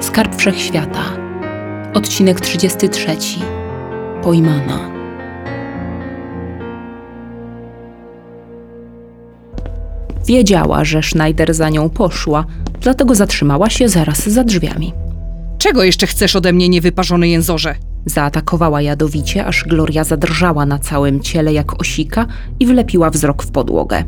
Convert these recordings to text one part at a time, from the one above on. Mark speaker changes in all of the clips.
Speaker 1: Skarb Wszechświata. Odcinek 33. Pojmana. Wiedziała, że Schneider za nią poszła, dlatego zatrzymała się zaraz za drzwiami.
Speaker 2: Czego jeszcze chcesz ode mnie, niewyparzony jęzorze?
Speaker 1: Zaatakowała jadowicie, aż Gloria zadrżała na całym ciele jak osika i wlepiła wzrok w podłogę.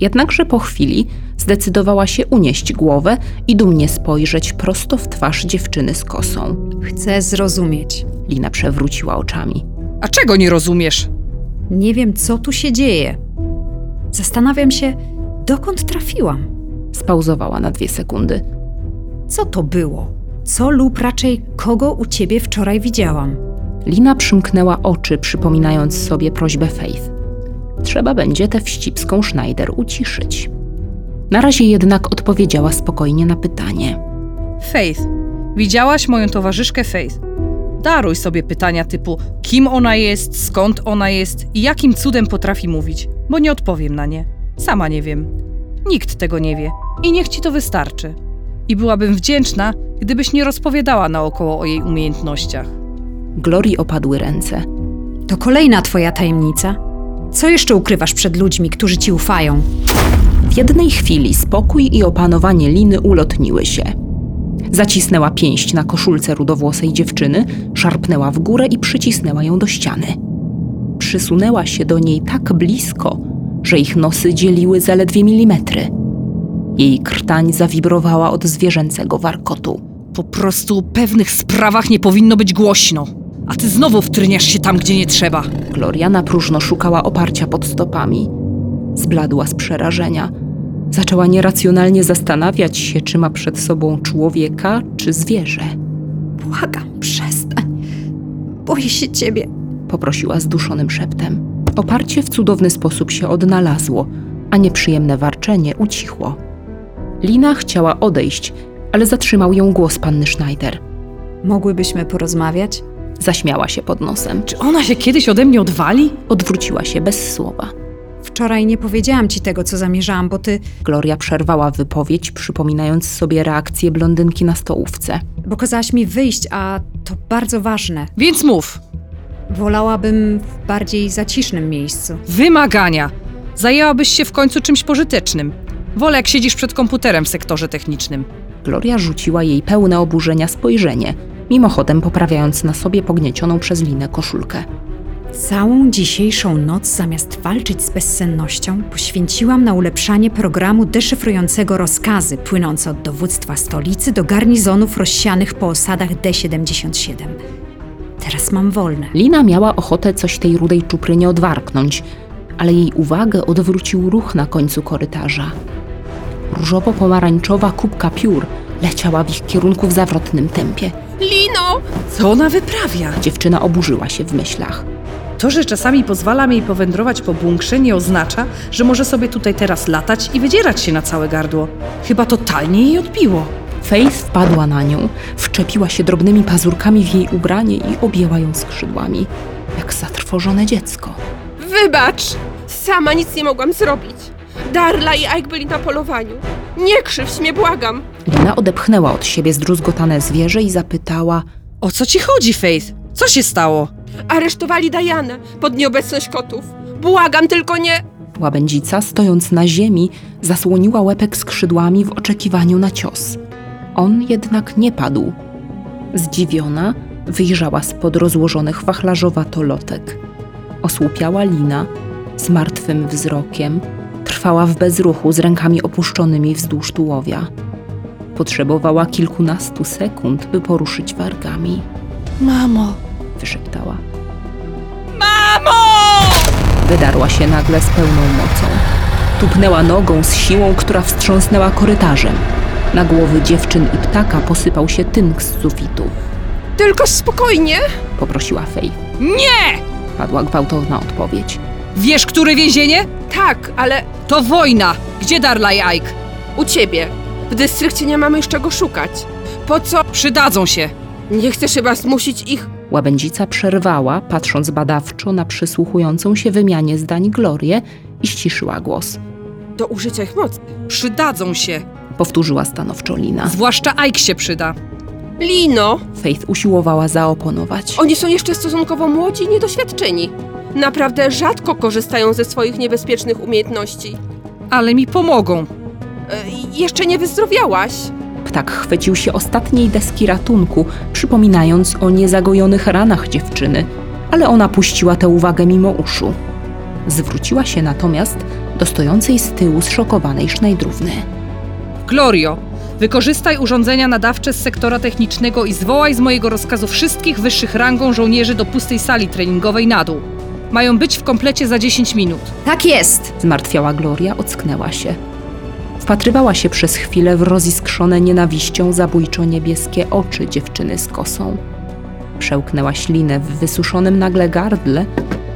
Speaker 1: Jednakże po chwili zdecydowała się unieść głowę i dumnie spojrzeć prosto w twarz dziewczyny z kosą.
Speaker 3: Chcę zrozumieć.
Speaker 1: Lina przewróciła oczami.
Speaker 2: A czego nie rozumiesz?
Speaker 3: Nie wiem, co tu się dzieje. Zastanawiam się, dokąd trafiłam.
Speaker 1: Spauzowała na dwie sekundy.
Speaker 3: Co to było? Co lub raczej kogo u ciebie wczoraj widziałam?
Speaker 1: Lina przymknęła oczy, przypominając sobie prośbę Faith. Trzeba będzie tę wścibską Schneider uciszyć. Na razie jednak odpowiedziała spokojnie na pytanie.
Speaker 2: Faith, widziałaś moją towarzyszkę Faith. Daruj sobie pytania typu, kim ona jest, skąd ona jest i jakim cudem potrafi mówić, bo nie odpowiem na nie. Sama nie wiem. Nikt tego nie wie i niech ci to wystarczy. I byłabym wdzięczna, gdybyś nie rozpowiadała naokoło o jej umiejętnościach.
Speaker 1: Glorii opadły ręce.
Speaker 3: To kolejna twoja tajemnica. Co jeszcze ukrywasz przed ludźmi, którzy ci ufają?
Speaker 1: W jednej chwili spokój i opanowanie Liny ulotniły się. Zacisnęła pięść na koszulce rudowłosej dziewczyny, szarpnęła w górę i przycisnęła ją do ściany. Przysunęła się do niej tak blisko, że ich nosy dzieliły zaledwie milimetry. Jej krtań zawibrowała od zwierzęcego warkotu.
Speaker 2: Po prostu o pewnych sprawach nie powinno być głośno. A ty znowu wtryniasz się tam, gdzie nie trzeba.
Speaker 1: Gloria na próżno szukała oparcia pod stopami. Zbladła z przerażenia. Zaczęła nieracjonalnie zastanawiać się, czy ma przed sobą człowieka czy zwierzę.
Speaker 3: Błagam, przestań. Boję się ciebie.
Speaker 1: poprosiła zduszonym szeptem. Oparcie w cudowny sposób się odnalazło, a nieprzyjemne warczenie ucichło. Lina chciała odejść, ale zatrzymał ją głos panny Schneider.
Speaker 3: Mogłybyśmy porozmawiać?
Speaker 1: Zaśmiała się pod nosem.
Speaker 2: Czy ona się kiedyś ode mnie odwali?
Speaker 1: Odwróciła się bez słowa.
Speaker 3: Wczoraj nie powiedziałam ci tego, co zamierzałam, bo ty,
Speaker 1: Gloria przerwała wypowiedź, przypominając sobie reakcję blondynki na stołówce.
Speaker 3: bo kazałaś mi wyjść, a to bardzo ważne.
Speaker 2: Więc mów.
Speaker 3: Wolałabym w bardziej zacisznym miejscu.
Speaker 2: Wymagania. Zajęłabyś się w końcu czymś pożytecznym. Wolę, jak siedzisz przed komputerem w sektorze technicznym.
Speaker 1: Gloria rzuciła jej pełne oburzenia spojrzenie, mimochodem poprawiając na sobie pogniecioną przez Linę koszulkę.
Speaker 3: Całą dzisiejszą noc zamiast walczyć z bezsennością, poświęciłam na ulepszanie programu deszyfrującego rozkazy płynące od dowództwa stolicy do garnizonów rozsianych po osadach D77. Teraz mam wolne.
Speaker 1: Lina miała ochotę coś tej rudej czuprynie odwarknąć, ale jej uwagę odwrócił ruch na końcu korytarza. Różowo-pomarańczowa kubka piór leciała w ich kierunku w zawrotnym tempie.
Speaker 4: no,
Speaker 2: Lino! Co ona wyprawia?
Speaker 1: Dziewczyna oburzyła się w myślach.
Speaker 2: To, że czasami pozwalam jej powędrować po bunkrze, nie oznacza, że może sobie tutaj teraz latać i wydzierać się na całe gardło. Chyba totalnie jej odbiło.
Speaker 1: Faith wpadła na nią, wczepiła się drobnymi pazurkami w jej ubranie i objęła ją skrzydłami, jak zatrwożone dziecko.
Speaker 4: Wybacz! Sama nic nie mogłam zrobić. Darla i Ike byli na polowaniu. Nie krzywdź mnie, błagam!
Speaker 1: Lina odepchnęła od siebie zdruzgotane zwierzę i zapytała –
Speaker 2: O co ci chodzi, Faith? Co się stało?
Speaker 4: Aresztowali Dianę pod nieobecność kotów. Błagam, tylko nie...
Speaker 1: Łabędzica, stojąc na ziemi, zasłoniła łepek skrzydłami w oczekiwaniu na cios. On jednak nie padł. Zdziwiona, wyjrzała spod rozłożonych wachlarzowato lotek. Osłupiała lina, z martwym wzrokiem, trwała w bezruchu z rękami opuszczonymi wzdłuż tułowia. Potrzebowała kilkunastu sekund, by poruszyć wargami,
Speaker 2: Mamo!
Speaker 1: wyszeptała.
Speaker 2: Mamo!
Speaker 1: Wydarła się nagle z pełną mocą. Tupnęła nogą z siłą, która wstrząsnęła korytarzem. Na głowy dziewczyn i ptaka posypał się tynk z sufitu.
Speaker 4: Tylko spokojnie!
Speaker 1: Poprosiła Fej.
Speaker 2: Nie!
Speaker 1: Padła gwałtowna odpowiedź.
Speaker 2: Wiesz, które więzienie?
Speaker 4: Tak, ale
Speaker 2: To wojna! Gdzie Darla i Ike?
Speaker 4: u ciebie. W dystrykcie nie mamy już czego szukać. Po co?
Speaker 2: Przydadzą się.
Speaker 4: Nie chcesz chyba zmusić ich...
Speaker 1: Łabędzica przerwała, patrząc badawczo na przysłuchującą się wymianie zdań Glorię i ściszyła głos.
Speaker 4: do użycia ich mocy.
Speaker 2: Przydadzą się.
Speaker 1: Powtórzyła stanowczo Lina.
Speaker 2: Zwłaszcza Ike się przyda.
Speaker 4: Lino,
Speaker 1: Faith usiłowała zaoponować.
Speaker 4: oni są jeszcze stosunkowo młodzi i niedoświadczeni. Naprawdę rzadko korzystają ze swoich niebezpiecznych umiejętności.
Speaker 2: Ale mi pomogą.
Speaker 4: E, jeszcze nie wyzdrowiałaś.
Speaker 1: Ptak chwycił się ostatniej deski ratunku, przypominając o niezagojonych ranach dziewczyny, ale ona puściła tę uwagę mimo uszu. Zwróciła się natomiast do stojącej z tyłu zszokowanej Sznejdrówny.
Speaker 2: Glorio, wykorzystaj urządzenia nadawcze z sektora technicznego i zwołaj z mojego rozkazu wszystkich wyższych rangą żołnierzy do pustej sali treningowej na dół. Mają być w komplecie za 10 minut.
Speaker 3: Tak jest!
Speaker 1: Zmartwiała Gloria, ocknęła się. Wpatrywała się przez chwilę w roziskrzone nienawiścią zabójczo-niebieskie oczy dziewczyny z kosą. Przełknęła ślinę w wysuszonym nagle gardle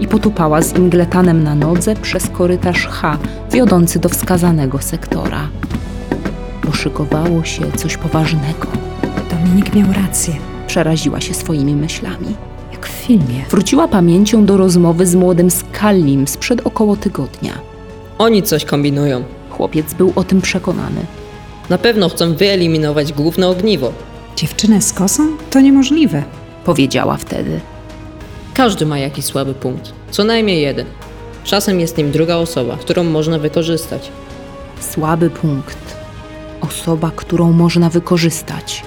Speaker 1: i potupała z ingletanem na nodze przez korytarz H, wiodący do wskazanego sektora. Poszykowało się coś poważnego.
Speaker 3: Dominik miał rację,
Speaker 1: Przeraziła się swoimi myślami.
Speaker 3: jak w filmie.
Speaker 1: Wróciła pamięcią do rozmowy z młodym Scullim sprzed około tygodnia.
Speaker 5: Oni coś kombinują.
Speaker 1: Chłopiec był o tym przekonany.
Speaker 5: Na pewno chcą wyeliminować główne ogniwo.
Speaker 3: Dziewczynę z kosą? To niemożliwe.
Speaker 1: Powiedziała wtedy.
Speaker 5: Każdy ma jakiś słaby punkt, co najmniej jeden. Czasem jest nim druga osoba, którą można wykorzystać.
Speaker 1: Słaby punkt. Osoba, którą można wykorzystać.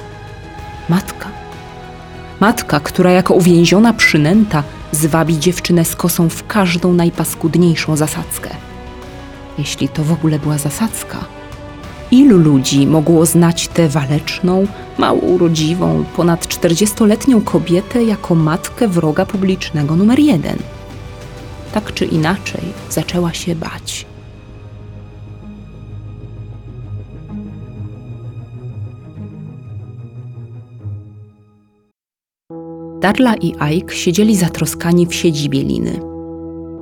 Speaker 1: Matka. Matka, która jako uwięziona przynęta zwabi dziewczynę z kosą w każdą najpaskudniejszą zasadzkę. Jeśli to w ogóle była zasadzka. Ilu ludzi mogło znać tę waleczną, mało urodziwą, ponad 40-letnią kobietę jako matkę wroga publicznego numer jeden? Tak czy inaczej, zaczęła się bać. Darla i Ike siedzieli zatroskani w siedzibie Liny.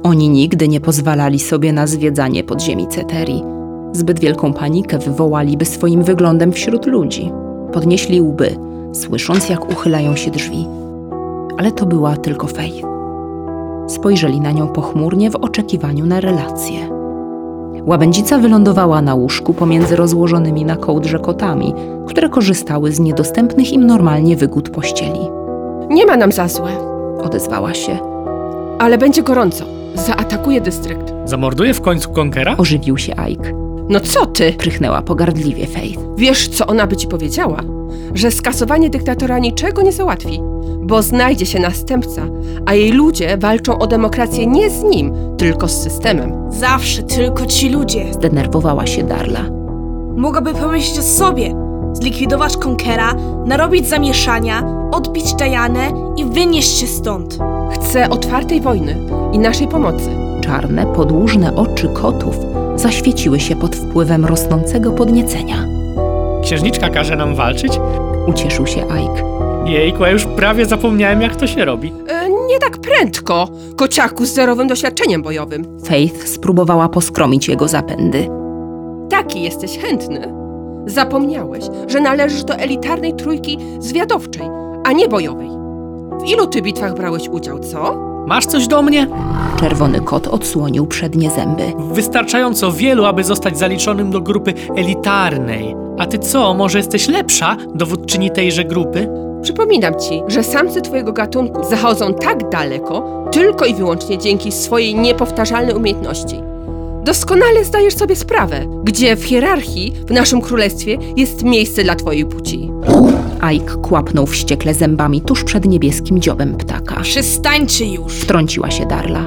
Speaker 1: Oni nigdy nie pozwalali sobie na zwiedzanie podziemi Ceterii. Zbyt wielką panikę wywołaliby swoim wyglądem wśród ludzi. Podnieśli łby, słysząc jak uchylają się drzwi. Ale to była tylko Faith. Spojrzeli na nią pochmurnie w oczekiwaniu na relację. Łabędzica wylądowała na łóżku pomiędzy rozłożonymi na kołdrze kotami, które korzystały z niedostępnych im normalnie wygód pościeli
Speaker 4: Nie ma nam za złe,
Speaker 1: odezwała się.
Speaker 4: ale będzie gorąco. Zaatakuje dystrykt.
Speaker 6: Zamorduje w końcu Konkera?
Speaker 1: Ożywił się Ike.
Speaker 4: No co ty?
Speaker 1: Prychnęła pogardliwie Faith.
Speaker 4: Wiesz, co ona by ci powiedziała? Że skasowanie dyktatora niczego nie załatwi, bo znajdzie się następca, a jej ludzie walczą o demokrację nie z nim, tylko z systemem.
Speaker 7: Zawsze tylko ci ludzie.
Speaker 1: Zdenerwowała się Darla.
Speaker 7: Mogłaby pomyśleć o sobie. Zlikwidować Conkera, narobić zamieszania, odbić Dianę i wynieść się stąd.
Speaker 4: Chce otwartej wojny i naszej pomocy.
Speaker 1: Czarne, podłużne oczy kotów zaświeciły się pod wpływem rosnącego podniecenia.
Speaker 6: Księżniczka każe nam walczyć?
Speaker 1: Ucieszył się Ike.
Speaker 6: Jejku, ja już prawie zapomniałem jak to się robi.
Speaker 4: E, nie tak prędko, kociaku z zerowym doświadczeniem bojowym.
Speaker 1: Faith spróbowała poskromić jego zapędy.
Speaker 4: Taki jesteś chętny. Zapomniałeś, że należysz do elitarnej trójki zwiadowczej, a nie bojowej. W ilu ty bitwach brałeś udział, co?
Speaker 6: Masz coś do mnie?
Speaker 1: Czerwony kot odsłonił przednie zęby.
Speaker 6: Wystarczająco wielu, aby zostać zaliczonym do grupy elitarnej. A ty co, może jesteś lepsza, dowódczyni tejże grupy?
Speaker 4: Przypominam ci, że samce twojego gatunku zachodzą tak daleko tylko i wyłącznie dzięki swojej niepowtarzalnej umiejętności. Doskonale zdajesz sobie sprawę, gdzie w hierarchii w naszym królestwie jest miejsce dla twojej płci.
Speaker 1: Ike kłapnął wściekle zębami tuż przed niebieskim dziobem ptaka.
Speaker 7: Przestańcie już.
Speaker 1: Wtrąciła się Darla.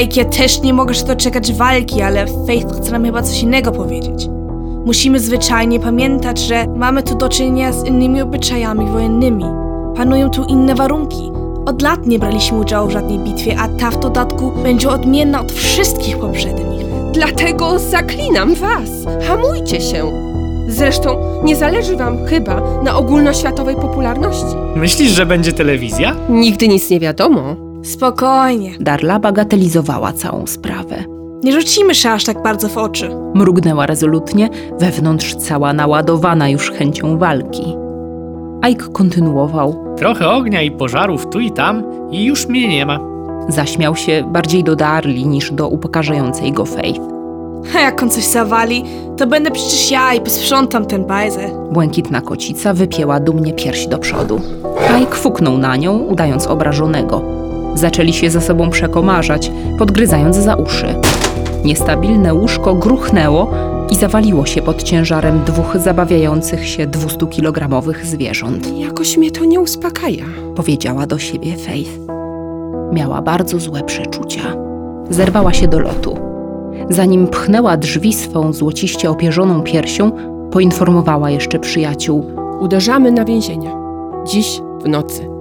Speaker 7: Ike, ja też nie mogę się doczekać walki, ale Faith chce nam chyba coś innego powiedzieć. Musimy zwyczajnie pamiętać, że mamy tu do czynienia z innymi obyczajami wojennymi. Panują tu inne warunki. Od lat nie braliśmy udziału w żadnej bitwie, a ta w dodatku będzie odmienna od wszystkich poprzednich.
Speaker 4: Dlatego zaklinam was, hamujcie się. Zresztą nie zależy wam chyba na ogólnoświatowej popularności.
Speaker 6: Myślisz, że będzie telewizja?
Speaker 4: Nigdy nic nie wiadomo.
Speaker 7: Spokojnie,
Speaker 1: Darla bagatelizowała całą sprawę.
Speaker 7: nie rzucimy się aż tak bardzo w oczy.
Speaker 1: Mrugnęła rezolutnie, wewnątrz cała naładowana już chęcią walki. Ike kontynuował.
Speaker 6: Trochę ognia i pożarów tu i tam i już mnie nie ma.
Speaker 1: Zaśmiał się bardziej do Darli niż do upokarzającej go Faith.
Speaker 7: A jak on coś zawali, to będę przecież ja i posprzątam ten bajzer.
Speaker 1: Błękitna kocica wypięła dumnie pierś do przodu. Kajk fuknął na nią, udając obrażonego. Zaczęli się ze sobą przekomarzać, podgryzając za uszy. Niestabilne łóżko gruchnęło i zawaliło się pod ciężarem dwóch zabawiających się 200-kilogramowych zwierząt
Speaker 4: Jakoś mnie to nie uspokaja.
Speaker 1: powiedziała do siebie Faith. Miała bardzo złe przeczucia. Zerwała się do lotu. Zanim pchnęła drzwi swą złociście opierzoną piersią, poinformowała jeszcze przyjaciół.
Speaker 4: Uderzamy na więzienie. Dziś w nocy.